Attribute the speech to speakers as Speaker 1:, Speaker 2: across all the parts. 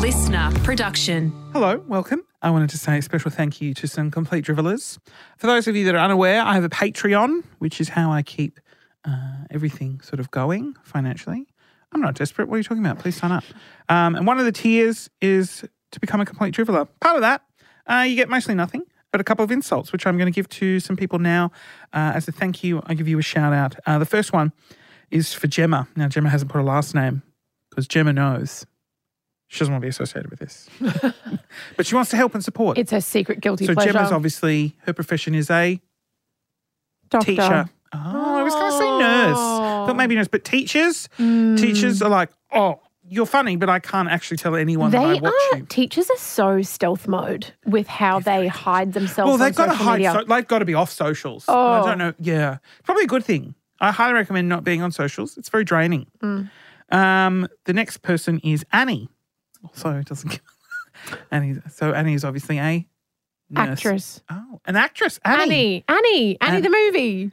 Speaker 1: listener production.
Speaker 2: Hello, welcome. I wanted to say a special thank you to some complete drivellers. For those of you that are unaware, I have a Patreon, which is how I keep uh, everything sort of going financially. I'm not desperate. What are you talking about? Please sign up. Um, and one of the tiers is to become a complete driveler. Part of that, uh, you get mostly nothing, but a couple of insults, which I'm going to give to some people now uh, as a thank you. I give you a shout out. Uh, the first one is for Gemma. Now, Gemma hasn't put a last name because Gemma knows she doesn't want to be associated with this, but she wants to help and support.
Speaker 3: It's her secret guilty
Speaker 2: so
Speaker 3: pleasure.
Speaker 2: Gemma's obviously her profession is a
Speaker 3: Doctor.
Speaker 2: teacher. Oh, I was going to say nurse. Thought maybe nurse, but teachers,
Speaker 3: Hmm.
Speaker 2: teachers are like, oh, you're funny, but I can't actually tell anyone that I
Speaker 3: They
Speaker 2: watch
Speaker 3: are
Speaker 2: you.
Speaker 3: teachers are so stealth mode with how they hide themselves.
Speaker 2: Well,
Speaker 3: on
Speaker 2: they've got to
Speaker 3: social
Speaker 2: hide.
Speaker 3: media.
Speaker 2: So, they've got to be off socials. And I
Speaker 3: Oh.
Speaker 2: don't know. Yeah, probably a good thing. I highly recommend not being on socials. It's very draining.
Speaker 3: Hmm.
Speaker 2: Um, the next person is Annie. Also, it doesn't. give- Annie. So Annie is obviously a nurse.
Speaker 3: Actress
Speaker 2: Oh, an actress. Annie.
Speaker 3: Annie, Annie, Annie,
Speaker 2: An-
Speaker 3: the movie.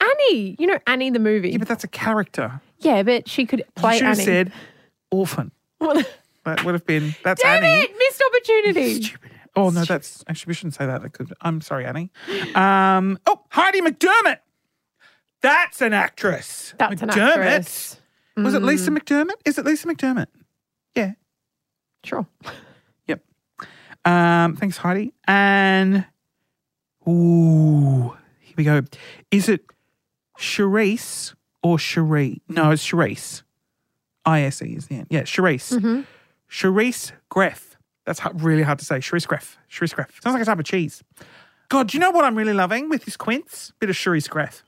Speaker 3: Annie, you know Annie the movie.
Speaker 2: Yeah, but that's a character.
Speaker 3: Yeah, but she could
Speaker 2: you
Speaker 3: play
Speaker 2: should
Speaker 3: Annie.
Speaker 2: have said orphan. That would have been. That's
Speaker 3: Damn
Speaker 2: Annie.
Speaker 3: it, missed opportunity.
Speaker 2: Stupid. Oh no, that's actually we shouldn't say that. That could. I'm sorry, Annie. Um. Oh, Heidi McDermott. That's an actress.
Speaker 3: That's an
Speaker 2: McDermott.
Speaker 3: actress. Mm,
Speaker 2: Was it Lisa McDermott? Is it Lisa McDermott? Yeah.
Speaker 3: Sure.
Speaker 2: Yep. Um. Thanks, Heidi. And ooh, here we go. Is it Charisse or Cherie? No, it's Charisse. I S E is the end. Yeah, Charisse.
Speaker 3: Mm-hmm.
Speaker 2: Charisse Greff. That's ha- really hard to say. Charisse Greff. Charisse Greff. Sounds like a type of cheese. God, do you know what I'm really loving with this quince? Bit of Charisse Greff.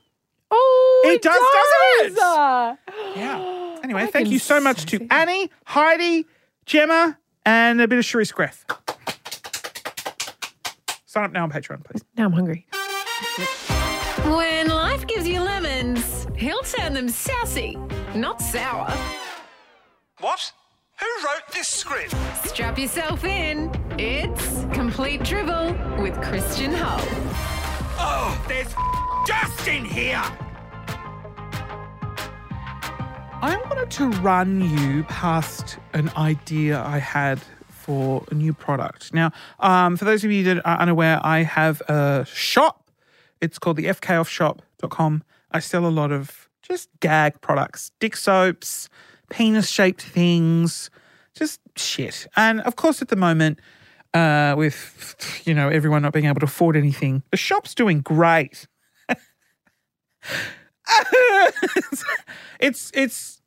Speaker 3: Oh,
Speaker 2: It
Speaker 3: it,
Speaker 2: does, doesn't it?
Speaker 3: does.
Speaker 2: Yeah. Anyway,
Speaker 3: I
Speaker 2: thank
Speaker 3: can
Speaker 2: you so much to Annie, Heidi, Gemma, and a bit of Charisse Greff. Sign up now on Patreon, please.
Speaker 3: Now I'm hungry.
Speaker 1: When life gives you lemons, he'll turn them sassy, not sour.
Speaker 4: What? Who wrote this script?
Speaker 1: Strap yourself in. It's Complete Dribble with Christian Hull.
Speaker 4: Oh, there's dust in here!
Speaker 2: I wanted to run you past an idea I had for a new product. Now, um, for those of you that are unaware, I have a shop. It's called the fkoffshop.com. I sell a lot of just gag products, dick soaps, penis shaped things, just shit. And of course, at the moment, uh, with you know everyone not being able to afford anything, the shop's doing great. it's it's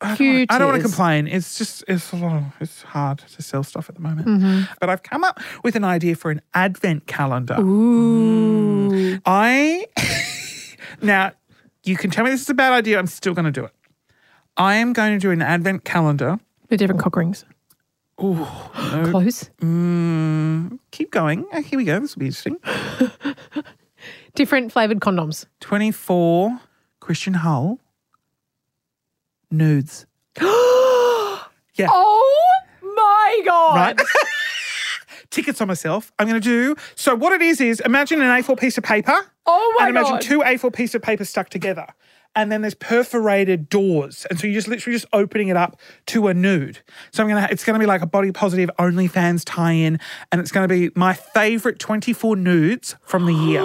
Speaker 2: I don't, wanna, I don't wanna
Speaker 3: Cutest.
Speaker 2: complain. It's just it's a lot of- it's hard to sell stuff at the moment. But I've come up with an idea for an advent calendar.
Speaker 3: Ooh.
Speaker 2: I now you can tell me this is a bad idea. I'm still going to do it. I am going to do an advent calendar.
Speaker 3: With different cock rings. Ooh. Close.
Speaker 2: Keep going. Oh, here we go. This will be interesting.
Speaker 3: Different flavored condoms.
Speaker 2: 24 Christian Hull nudes. yeah.
Speaker 3: Oh my God.
Speaker 2: Right? Tickets on myself. I'm going to do. So, what it is, is imagine an A4 piece of paper.
Speaker 3: Oh my
Speaker 2: and imagine
Speaker 3: God.
Speaker 2: two A4 pieces of paper stuck together. And then there's perforated doors. And so you're just literally just opening it up to a nude. So I'm gonna it's gonna be like a body positive OnlyFans tie-in, and it's gonna be my favorite 24 nudes from the year.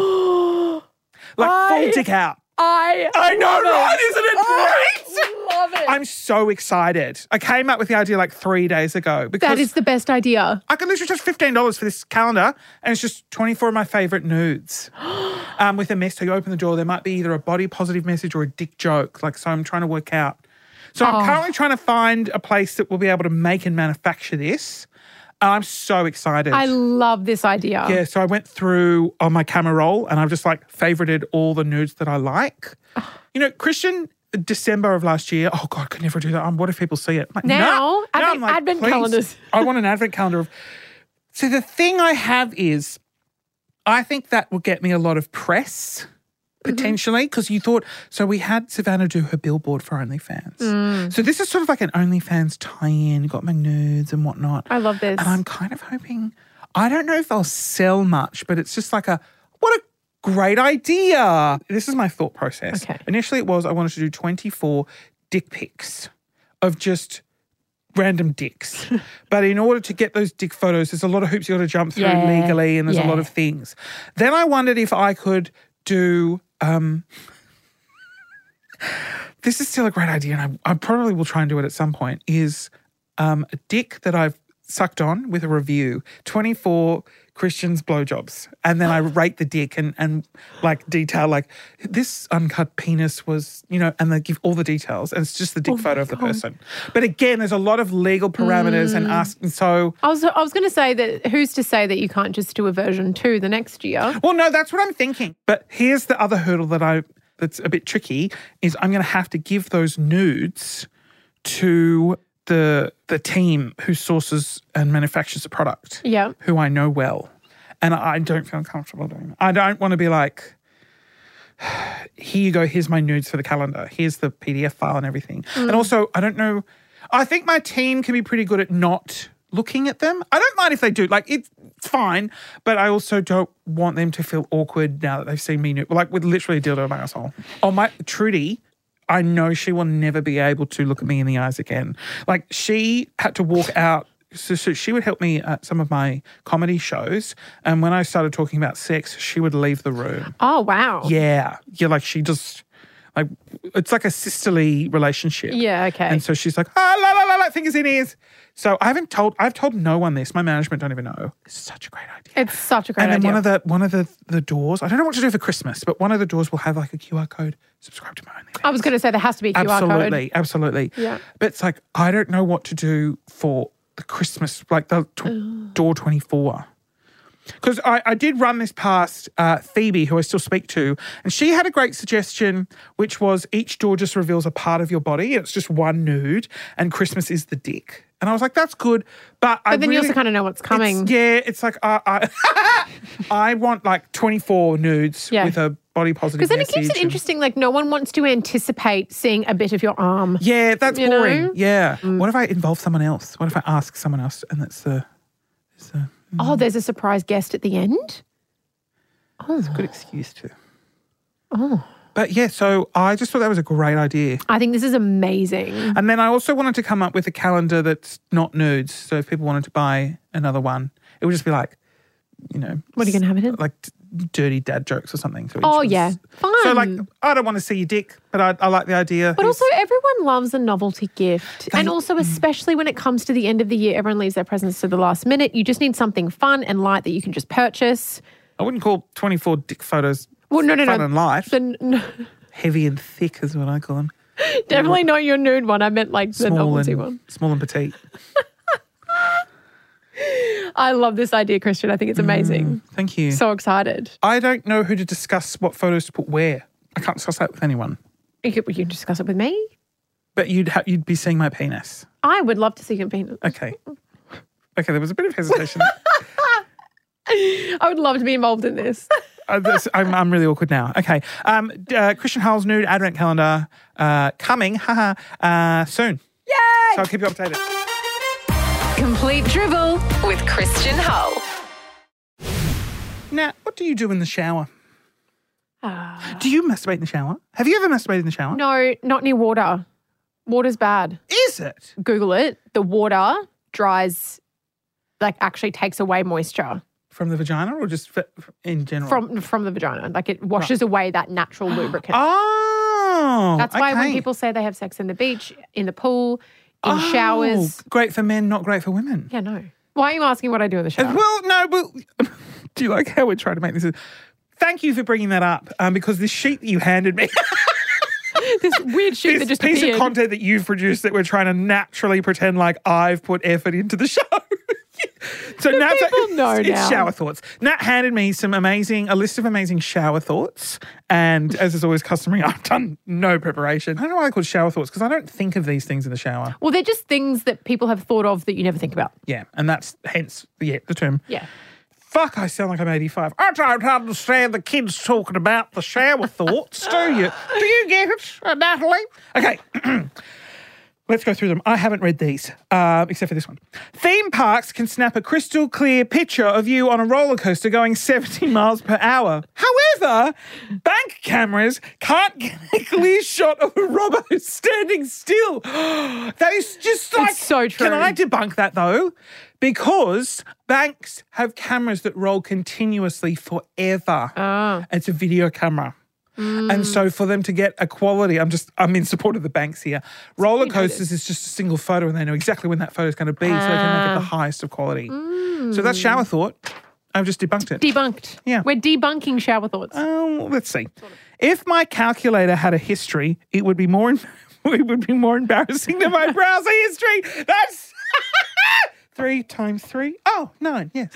Speaker 2: like full
Speaker 3: I-
Speaker 2: dick out.
Speaker 3: I
Speaker 2: I know,
Speaker 3: love it.
Speaker 2: right? Isn't it Oh,
Speaker 3: I love it.
Speaker 2: I'm so excited. I came up with the idea like three days ago because
Speaker 3: that is the best idea.
Speaker 2: I can literally charge fifteen dollars for this calendar, and it's just twenty four of my favorite nudes, um, with a mess. So you open the door, there might be either a body positive message or a dick joke. Like so, I'm trying to work out. So I'm currently trying to find a place that will be able to make and manufacture this. And I'm so excited.
Speaker 3: I love this idea.
Speaker 2: yeah, so I went through on my camera roll and I've just like favorited all the nudes that I like. You know, Christian, December of last year, oh God, could never do that. Um, what if people see it? I'm like,
Speaker 3: Now,
Speaker 2: nah. Now
Speaker 3: advent-
Speaker 2: I'm like,
Speaker 3: advent
Speaker 2: please,
Speaker 3: calendars.
Speaker 2: I want an advent calendar of. So the thing I have is, I think that will get me a lot of press.
Speaker 3: Mm-hmm.
Speaker 2: Potentially, because you thought so. We had Savannah do her billboard for OnlyFans,
Speaker 3: Mm.
Speaker 2: so this is sort of like an OnlyFans tie-in. Got my nudes and whatnot.
Speaker 3: I love this.
Speaker 2: And I'm kind of hoping, I don't know if I'll sell much, but it's just like a, what a great idea. This is my thought process.
Speaker 3: Okay.
Speaker 2: Initially, it was I wanted to do 24 dick pics of just random dicks. but in order to get those dick photos, there's a lot of hoops you got to jump through
Speaker 3: Yeah,
Speaker 2: legally, and there's a lot
Speaker 3: yeah.
Speaker 2: of things. Then I wondered if I could do. Um, this is still a great idea, and I, I probably will try and do it at some point. Is um, a dick that I've sucked on with a review 24 Christians blowjobs, and then I rate the dick and and like detail like this uncut penis was you know, and they give all the details, and it's just the dick photo of the person. But again, there's a lot of legal parameters and ask, and so.
Speaker 3: I was I was going to say that who's to say that you can't just do a version two the next year?
Speaker 2: Well, no, that's what I'm thinking. But here's the other hurdle that I that's a bit tricky is I'm going to have to give those nudes to the the team who sources and manufactures the product.
Speaker 3: Yeah.
Speaker 2: who I know well, and I don't feel comfortable doing. That. I don't want to be like. Here you go. Here's my nudes for the calendar. Here's the PDF file and everything. And also, I don't know. I think my team can be pretty good at not looking at them. I don't mind if they do. Like it's it's fine, but I also don't want them to feel awkward now that they've seen me nude. Like with literally a dildo in my asshole. Oh my Trudy. I know she will never be able to look at me in the eyes again. Like she had to walk out. So, so she would help me at some of my comedy shows. And when I started talking about sex, she would leave the room.
Speaker 3: Oh wow.
Speaker 2: Yeah. Yeah, like she just like it's like a sisterly relationship.
Speaker 3: Yeah, okay.
Speaker 2: And so she's like, ah, la la la la fingers in ears. So I haven't told I've told no one this. My management don't even know. It's such a great idea.
Speaker 3: It's such a great
Speaker 2: and then
Speaker 3: idea.
Speaker 2: one of the one of the the doors, I don't know what to do for Christmas, but one of the doors will have like a QR code. Subscribe to my only.
Speaker 3: I was going to say there has to be a QR code.
Speaker 2: Absolutely, absolutely.
Speaker 3: Yeah.
Speaker 2: But it's like I don't know what to do for the Christmas, like the tw- door twenty four. Because I, I did run this past uh, Phoebe, who I still speak to, and she had a great suggestion, which was each door just reveals a part of your body. It's just one nude, and Christmas is the dick. And I was like, that's good, but I
Speaker 3: But then you
Speaker 2: really-
Speaker 3: also kind of know what's coming.
Speaker 2: it's- yeah, it's like I I, I want like twenty four nudes
Speaker 3: Yeah.
Speaker 2: with a body positive.
Speaker 3: Because then it keeps it
Speaker 2: message and-
Speaker 3: interesting. Like no one wants to anticipate seeing a bit of your arm.
Speaker 2: Yeah, that's
Speaker 3: You
Speaker 2: boring.
Speaker 3: know? Mm.
Speaker 2: Yeah. What if I involve someone else? What if I ask someone else and that's the
Speaker 3: Oh, there's a surprise guest at the end.
Speaker 2: good excuse to? Oh. But yeah, so I just thought that was a great idea.
Speaker 3: I think this is amazing.
Speaker 2: And then I also wanted to come up with a calendar that's not nudes. So if people wanted to buy another one, it would just be like, you know,
Speaker 3: What are you going to have it in?
Speaker 2: like d- dirty dad jokes or something. So each
Speaker 3: Oh
Speaker 2: one's-
Speaker 3: yeah, fun.
Speaker 2: So like, I don't want to see your dick, but I, I like the idea.
Speaker 3: But
Speaker 2: It's- mm.
Speaker 3: also, everyone loves a novelty gift. and also, especially when it comes to the end of the year, everyone leaves their presents to the last minute. You just need something fun and light that you can just purchase.
Speaker 2: I wouldn't call twenty four dick photos
Speaker 3: Well, no, no,
Speaker 2: fun
Speaker 3: no.
Speaker 2: and light.
Speaker 3: Then, no,
Speaker 2: Heavy and thick is what I call them.
Speaker 3: definitely not your nude one. I meant like the
Speaker 2: Small
Speaker 3: novelty
Speaker 2: and
Speaker 3: one.
Speaker 2: small and petite.
Speaker 3: I love this idea, Christian. I think it's amazing.
Speaker 2: Thank you.
Speaker 3: So excited.
Speaker 2: I don't know who to discuss what photos to put where. I can't discuss that with anyone.
Speaker 3: You could, you can discuss it with me.
Speaker 2: But you'd ha- you'd be seeing my penis.
Speaker 3: I would love to see your penis.
Speaker 2: Okay. Okay, there was a bit of hesitation.
Speaker 3: I would love to be involved in this.
Speaker 2: Uh, this- I'm, I'm really awkward now. Okay. Um, d- uh, Christian Hull's nude advent calendar uh, coming haha, uh, soon. Yay! So I'll keep you updated.
Speaker 1: Complete Dribble with Christian Hull.
Speaker 2: Now, what do you do in the shower?
Speaker 3: Ah.
Speaker 2: Do you masturbate in the shower? Have you ever masturbated in the shower?
Speaker 3: no, not near water. Water's bad.
Speaker 2: Is it?
Speaker 3: Google it. The water dries, like actually takes away moisture
Speaker 2: From the vagina or just f- f- in general?
Speaker 3: from from the vagina. Like it washes away that natural lubricant.
Speaker 2: Oh.
Speaker 3: That's why when
Speaker 2: okay.
Speaker 3: people say they have sex in the beach, in the pool, in showers.
Speaker 2: Oh, Great for men, not great for women.
Speaker 3: Yeah, no. Why are you asking what I do in the shower?
Speaker 2: Well, no, but do you like how we're trying to make this? a- Thank you for bringing that up um, because this sheet that you handed me,
Speaker 3: this weird shit that
Speaker 2: this
Speaker 3: just
Speaker 2: piece
Speaker 3: appeared.
Speaker 2: of content that you've produced that we're trying to naturally pretend like I've put effort into the show. so now
Speaker 3: people know
Speaker 2: it's
Speaker 3: now.
Speaker 2: shower thoughts. Nat handed me some amazing, a list of amazing shower thoughts. And as is always customary, I've done no preparation. I don't know why I call shower thoughts because I don't think of these things in the shower.
Speaker 3: well, they're just things that people have thought of that you never think about.
Speaker 2: Yeah. And that's hence yeah, the term.
Speaker 3: Yeah.
Speaker 2: Fuck, I sound like I'm 85. I don't understand the kids talking about the shower thoughts, do you? Do you get it, Natalie? Okay. Let's go through them. I haven't read these, uh, except for this one. Theme parks can snap a crystal clear picture of you on a roller coaster going 70 miles per hour. However, bank cameras can't get a clear shot of a robber who's standing still. that is just like
Speaker 3: so true.
Speaker 2: Can I debunk that though? Because banks have cameras that roll continuously forever.
Speaker 3: Ah.
Speaker 2: It's a video camera. And so for them to get a quality, I'm just I'm in support of the banks here. Roller coasters is just a single photo, and they know exactly when that photo is going to be, so they can make it the highest of quality. So that's shower thought. I've just debunked it.
Speaker 3: Debunked.
Speaker 2: Yeah.
Speaker 3: We're debunking shower thoughts.
Speaker 2: Um, let's see. If my calculator had a history, it would be more em- it would be more embarrassing than my browser history. That's three times three. Oh, nine. Yes.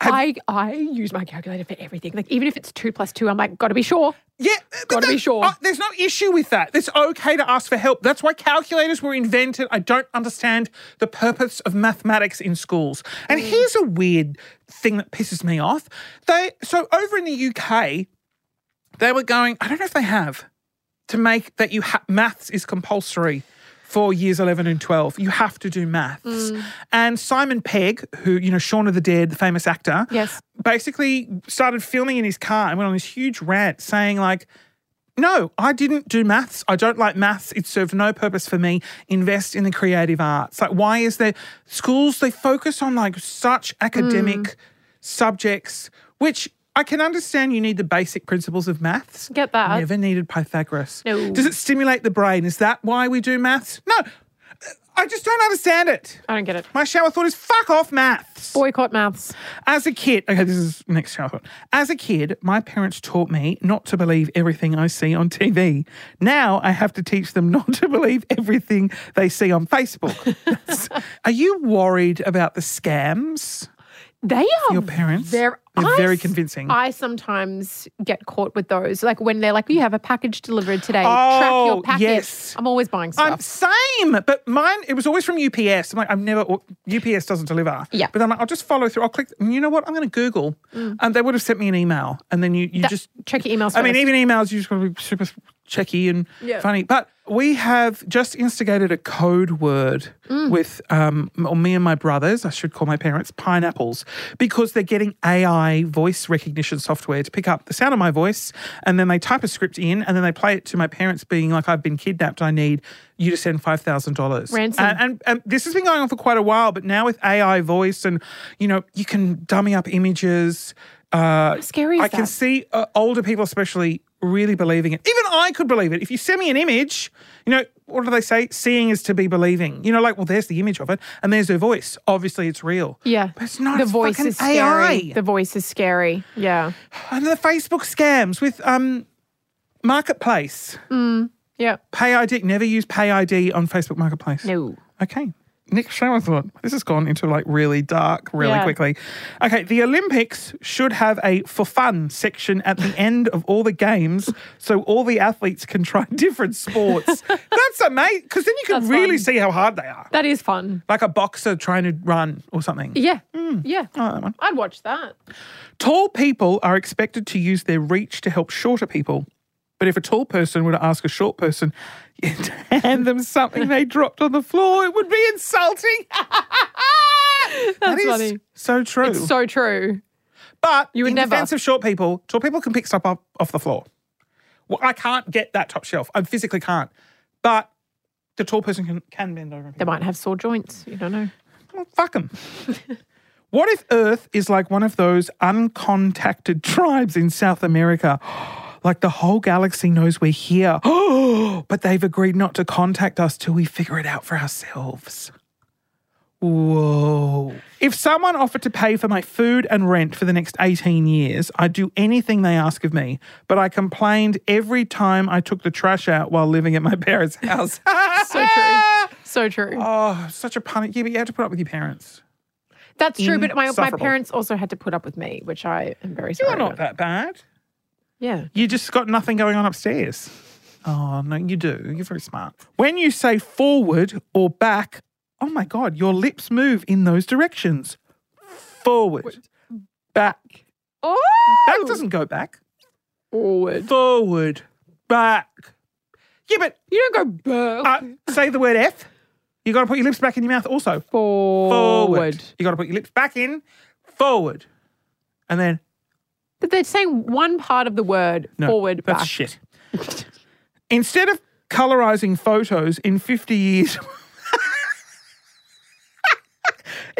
Speaker 3: I, I use my calculator for everything. Like, even if it's two plus two, I'm like, gotta be sure.
Speaker 2: Yeah, but
Speaker 3: Gotta be
Speaker 2: that-
Speaker 3: sure.
Speaker 2: there's no issue with that. It's okay to ask for help. That's why calculators were invented. I don't understand the purpose of mathematics in schools. And
Speaker 3: Mm.
Speaker 2: here's a weird thing that pisses me off. They so over in the UK, they were going. I don't know if they have to make that you ha- maths is compulsory for years 11 and 12 you have to do maths
Speaker 3: Mm.
Speaker 2: and simon pegg who you know shaun of the dead the famous actor
Speaker 3: Yes.
Speaker 2: basically started filming in his car and went on this huge rant saying like no, I didn't do maths. I don't like maths. It served no purpose for me. Invest in the creative arts. Like, why is there schools? They focus on like such academic
Speaker 3: Mm.
Speaker 2: subjects, which I can understand you need the basic principles of maths.
Speaker 3: Get that.
Speaker 2: Never needed Pythagoras.
Speaker 3: No.
Speaker 2: Does it stimulate the brain? Is that why we do maths? No, I just don't understand it.
Speaker 3: I don't get it.
Speaker 2: My shower thought is fuck off maths.
Speaker 3: Boycott maths.
Speaker 2: As a kid, okay, this is next childhood. As a kid, my parents taught me not to believe everything I see on TV. Now I have to teach them not to believe everything they see on Facebook. That's- Are you worried about the scams?
Speaker 3: They are
Speaker 2: Your parents?
Speaker 3: They're,
Speaker 2: They're
Speaker 3: I
Speaker 2: very
Speaker 3: s-
Speaker 2: convincing.
Speaker 3: I sometimes get caught with those, like when they're like, "You have a package delivered today. Track
Speaker 2: Oh,
Speaker 3: your package."
Speaker 2: yes.
Speaker 3: I'm always buying
Speaker 2: I'm
Speaker 3: stuff.
Speaker 2: same, but mine it was always from UPS. I'm like, I've never or- UPS doesn't deliver.
Speaker 3: Yeah. Mm.
Speaker 2: but I'm like, I'll just follow through. I'll click. And you know what? I'm going to Google, and they would have sent me an email, and then you you just
Speaker 3: check your emails.
Speaker 2: I mean,
Speaker 3: first.
Speaker 2: even emails, you just got to be super checky and
Speaker 3: Yeah.
Speaker 2: funny. But we have just instigated a code word
Speaker 3: Mm.
Speaker 2: with, um, m- or me and my brothers, I should call my parents, pineapples, because they're getting AI voice recognition software to pick up the sound of my voice. And then they type a script in and then they play it to my parents, being like, I've been kidnapped. I need you to send $5,000.
Speaker 3: Ransom.
Speaker 2: And, and, and this has been going on for quite a while, but now with AI voice and, you know, you can dummy up images. Uh,
Speaker 3: scary. Is
Speaker 2: I can
Speaker 3: that?
Speaker 2: see uh, older people, especially, really believing it. Even I could believe it. If you send me an image, you know, what do they say? Seeing is to be believing. You know, like, well, there's the image of it, and there's her voice. Obviously, it's real.
Speaker 3: yeah,
Speaker 2: But it's not.
Speaker 3: The
Speaker 2: It's
Speaker 3: voice
Speaker 2: fucking
Speaker 3: is scary.
Speaker 2: AI.
Speaker 3: The voice is scary. Yeah,
Speaker 2: and the Facebook scams with um, Marketplace.
Speaker 3: yeah.
Speaker 2: Pay ID. Never use Pay ID on Facebook Marketplace.
Speaker 3: No,
Speaker 2: Okay. Nick Sherman thought this has gone into like really dark really
Speaker 3: Yeah.
Speaker 2: quickly. Okay, the Olympics should have a for fun section at the end of all the games so all the athletes can try different sports. That's amazing because then you can
Speaker 3: That's
Speaker 2: really
Speaker 3: fun.
Speaker 2: see how hard they are.
Speaker 3: that is fun.
Speaker 2: Like a boxer trying to run or something.
Speaker 3: Yeah,
Speaker 2: Mm.
Speaker 3: yeah.
Speaker 2: that one.
Speaker 3: I'd watch that.
Speaker 2: Tall people are expected to use their reach to help shorter people. But if a tall person were to ask a short person to hand them something they dropped on the floor, it would be insulting.
Speaker 3: That's
Speaker 2: That is
Speaker 3: funny.
Speaker 2: so true.
Speaker 3: It's so true.
Speaker 2: but
Speaker 3: You would
Speaker 2: in
Speaker 3: never.
Speaker 2: defense of short people, tall people can pick stuff up off the floor. Well, I can't get that top shelf. I physically can't. But the tall person can, can bend over. and
Speaker 3: They
Speaker 2: pick
Speaker 3: might have sore joints. You don't know.
Speaker 2: well, fuck them. what if Earth is like one of those uncontacted tribes in South America? Like the whole galaxy knows we're here, but they've agreed not to contact us till we figure it out for ourselves. Whoa. If someone offered to pay for my food and rent for the next 18 years, I'd do anything they ask of me, but I complained every time I took the trash out while living at my parents' house.
Speaker 3: So
Speaker 2: Ah!
Speaker 3: true. So true.
Speaker 2: Oh, such a punish. Yeah, but you have to put up with your parents.
Speaker 3: That's true. But my, my
Speaker 2: Mm, insufferable.
Speaker 3: parents also had to put up with me, which I am very sorry.
Speaker 2: You're not
Speaker 3: about.
Speaker 2: that bad.
Speaker 3: Yeah.
Speaker 2: You just got nothing going on upstairs. Oh, no, you do. You're very smart. When you say forward or back, oh my God, your lips move in those directions. Forward, back.
Speaker 3: Oh.
Speaker 2: Back doesn't go back.
Speaker 3: Forward.
Speaker 2: Forward, back. Yeah, but
Speaker 3: You don't go burp
Speaker 2: uh, say the word F. You got to put your lips back in your mouth also.
Speaker 3: forward.
Speaker 2: You got to put your lips back in, forward. And then,
Speaker 3: But they're saying one part of the word
Speaker 2: no,
Speaker 3: forward
Speaker 2: that's
Speaker 3: back.
Speaker 2: shit. Instead of colorizing photos in 50 years,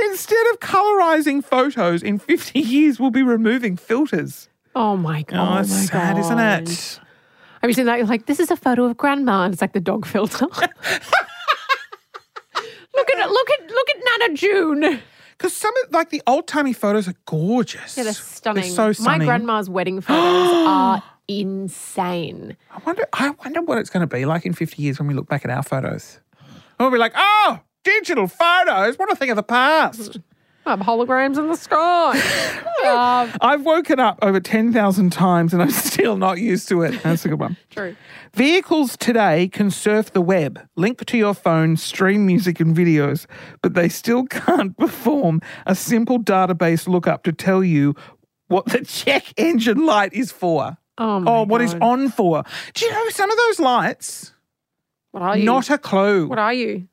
Speaker 2: instead of colorizing photos in 50 years, we'll be removing filters.
Speaker 3: Oh my god!
Speaker 2: Oh,
Speaker 3: my
Speaker 2: that's sad,
Speaker 3: god.
Speaker 2: isn't it?
Speaker 3: I mean, so that you're like, this is a photo of grandma, and it's like the dog filter. look at look at look at Nana June.
Speaker 2: Because some of, like the old timey photos are gorgeous.
Speaker 3: Yeah, they're stunning.
Speaker 2: so stunning.
Speaker 3: My grandma's wedding photos are insane.
Speaker 2: I wonder. I wonder what it's going to be like in fifty years when we look back at our photos. And we'll be like, oh, digital photos. What a thing of the past.
Speaker 3: Um, holograms in the sky. um,
Speaker 2: I've woken up over ten thousand times and I'm still not used to it. That's a good one.
Speaker 3: true.
Speaker 2: Vehicles today can surf the web, link to your phone, stream music and videos, but they still can't perform a simple database lookup to tell you what the check engine light is for.
Speaker 3: Oh my
Speaker 2: Oh, what is
Speaker 3: God.
Speaker 2: on for? Do you know some of those lights?
Speaker 3: What are you?
Speaker 2: Not a clue.
Speaker 3: what are you?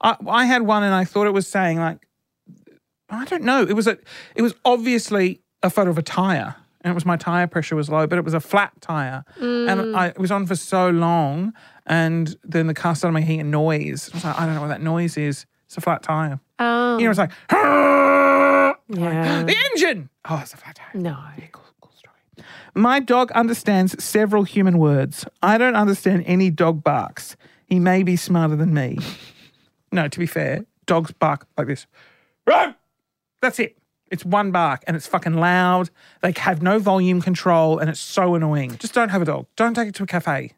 Speaker 2: I, I had one and I thought it was saying like I don't know. It was a it was obviously a photo of a tire. And it was my tire pressure was low, but it was a flat tire. And I it was on for so long and then the car started making a noise. I was like, I don't know what that noise is. It's a flat tire.
Speaker 3: Um,
Speaker 2: You know, it's like "Hurr!"
Speaker 3: yeah.
Speaker 2: the engine. Oh, it's a flat tire.
Speaker 3: No.
Speaker 2: My dog understands several human words. I don't understand any dog barks. He may be smarter than me. no, to be fair, dogs bark like this. Row! That's it. It's one bark and it's fucking loud. They have no volume control and it's so annoying. Just don't have a dog. Don't take it to a cafe.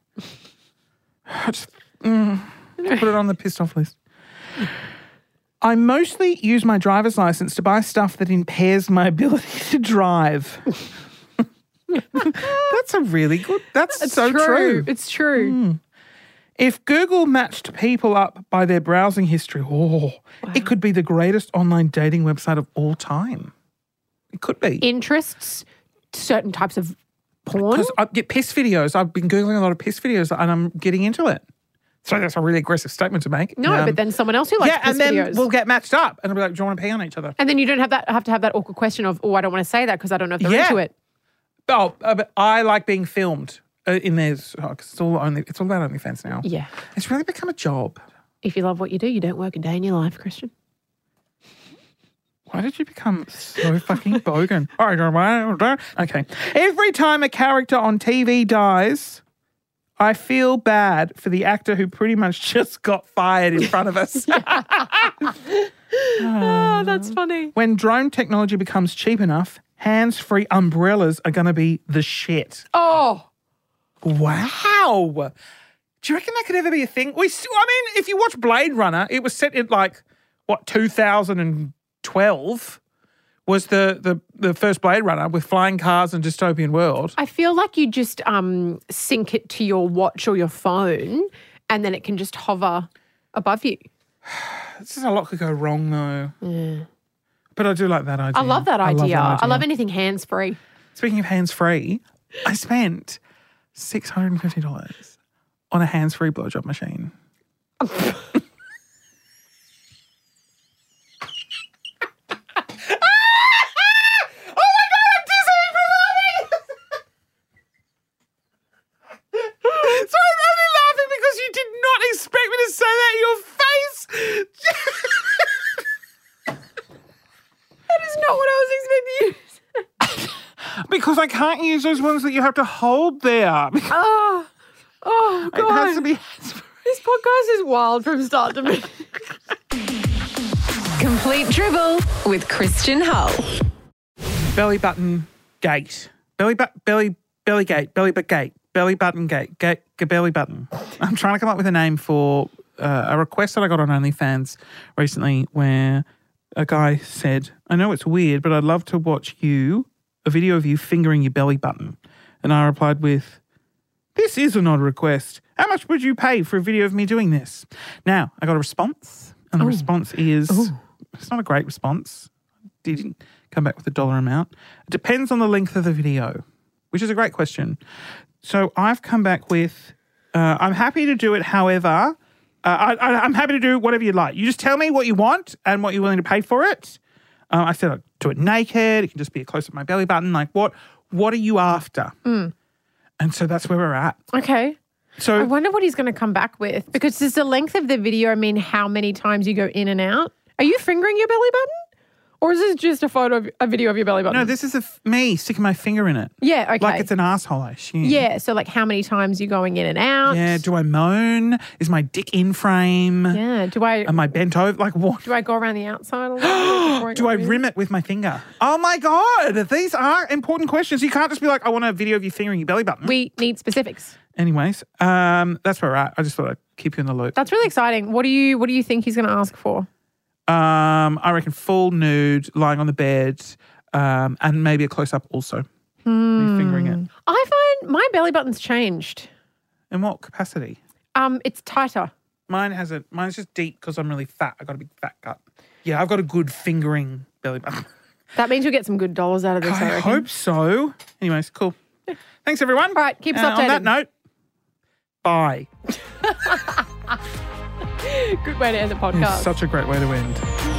Speaker 2: Just, mm, put it on the pissed off list. I mostly use my driver's license to buy stuff that impairs my ability to drive. that's a really good. That's, so true. Hmm.
Speaker 3: It's true.
Speaker 2: If Google matched people up by their browsing history, oh, it could be the greatest online dating website of all time. It could be.
Speaker 3: Interests, certain types of porn.
Speaker 2: Because I get piss videos. I've been Googling a lot of piss videos and I'm getting into it. So that's a really aggressive statement to make.
Speaker 3: No,
Speaker 2: Um,
Speaker 3: but then someone else who likes
Speaker 2: yeah,
Speaker 3: piss
Speaker 2: and then
Speaker 3: videos.
Speaker 2: we'll get matched up and I'll be like, do you want to pee on each other?
Speaker 3: and then you don't have that have to have that awkward question of, oh, I don't want to say that because I don't know if they're
Speaker 2: Yeah.
Speaker 3: into it.
Speaker 2: Oh, uh, but I like being filmed uh, in theirs. Oh, 'cause it's all only. It's all about OnlyFans now.
Speaker 3: Yeah.
Speaker 2: It's really become a job.
Speaker 3: If you love what you do, you don't work a day in your life, Christian.
Speaker 2: Why did you become so fucking bogan? I don't know. Okay. Every time a character on TV dies, I feel bad for the actor who pretty much just got fired in front of us.
Speaker 3: Oh, that's funny.
Speaker 2: when drone technology becomes cheap enough, hands free umbrellas are going to be the shit.
Speaker 3: Oh,
Speaker 2: Wow. Do you reckon that could ever be a thing? We, s- I mean, if you watch Blade Runner, it was set in like, what, 2012 was the, the, the first Blade Runner with flying cars and dystopian world.
Speaker 3: I feel like you just um sync it to your watch or your phone, and then it can just hover above you.
Speaker 2: This is a lot could go wrong though. But I do like that idea.
Speaker 3: I love that idea. I love,
Speaker 2: it.
Speaker 3: anything hands free.
Speaker 2: Speaking of hands free, I spent $650 on a hands free blowjob machine. Oh Sorry, I'm only laughing because you did not expect me to say that in your face.
Speaker 3: That is not what I was expecting. you to say.
Speaker 2: because I can't use those ones that you have to hold there. It
Speaker 3: Oh, oh God!
Speaker 2: has to be.
Speaker 3: This podcast is wild from start to finish.
Speaker 1: Complete Dribble with Christian Hull.
Speaker 2: belly button gate. Belly but belly belly gate. Belly but gate. Belly button gate. Gate g- belly button. I'm trying to come up with a name for uh, a request that I got on OnlyFans recently, where a guy said, "I know it's weird, but I'd love to watch you a video of you fingering your belly button," and I replied with. This is an odd request. How much would you pay for a video of me doing this? Now, I got a response, and the response is it's not a great response. Didn't come back with a dollar amount. It depends on the length of the video, which is a great question. So I've come back with Uh, I'm happy to do it. However, uh, I, I, I'm happy to do whatever you'd like. You just tell me what you want and what you're willing to pay for it. Um, I said, like, do it naked. It can just be close up my belly button. Like, what? What are you after? And so that's where we're at.
Speaker 3: Okay.
Speaker 2: So
Speaker 3: Mm. I wonder what he's going to come back with because does the length of the video I mean how many times you go in and out? Are you fingering your belly button? Or is this just a photo of a video of your belly button?
Speaker 2: no, this is a f- me sticking my finger in it.
Speaker 3: yeah, okay.
Speaker 2: Like it's an asshole, I assume.
Speaker 3: yeah, so like how many times you going in and out?
Speaker 2: Yeah. Do I moan? Is my dick in frame?
Speaker 3: Yeah, do I
Speaker 2: Am I bent over? Like what?
Speaker 3: do I go around the outside a little bit before
Speaker 2: Do
Speaker 3: go
Speaker 2: I
Speaker 3: in?
Speaker 2: rim it with my finger? Oh my God. These are important questions. You can't just be like, I want a video of you fingering your belly button.
Speaker 3: We need specifics.
Speaker 2: Anyways, um, that's where we're at. I just thought I'd keep you in the loop.
Speaker 3: That's really exciting. What do you what do you think he's going to ask for?
Speaker 2: Um, I reckon full nude, lying on the bed, um, and maybe a close up also. Me fingering it.
Speaker 3: I find my belly button's changed.
Speaker 2: In what capacity?
Speaker 3: Um it's tighter.
Speaker 2: Mine hasn't. Mine's just deep because I'm really fat. I got a big fat gut. Yeah, I've got a good fingering belly button.
Speaker 3: That means you'll get some good dollars out of this, I,
Speaker 2: I
Speaker 3: reckon.
Speaker 2: hope so. Anyways, cool. Thanks, everyone.
Speaker 3: All right, keep us
Speaker 2: On that
Speaker 3: updated.
Speaker 2: note, bye.
Speaker 3: Good way to end the podcast.
Speaker 2: Such a great way to end.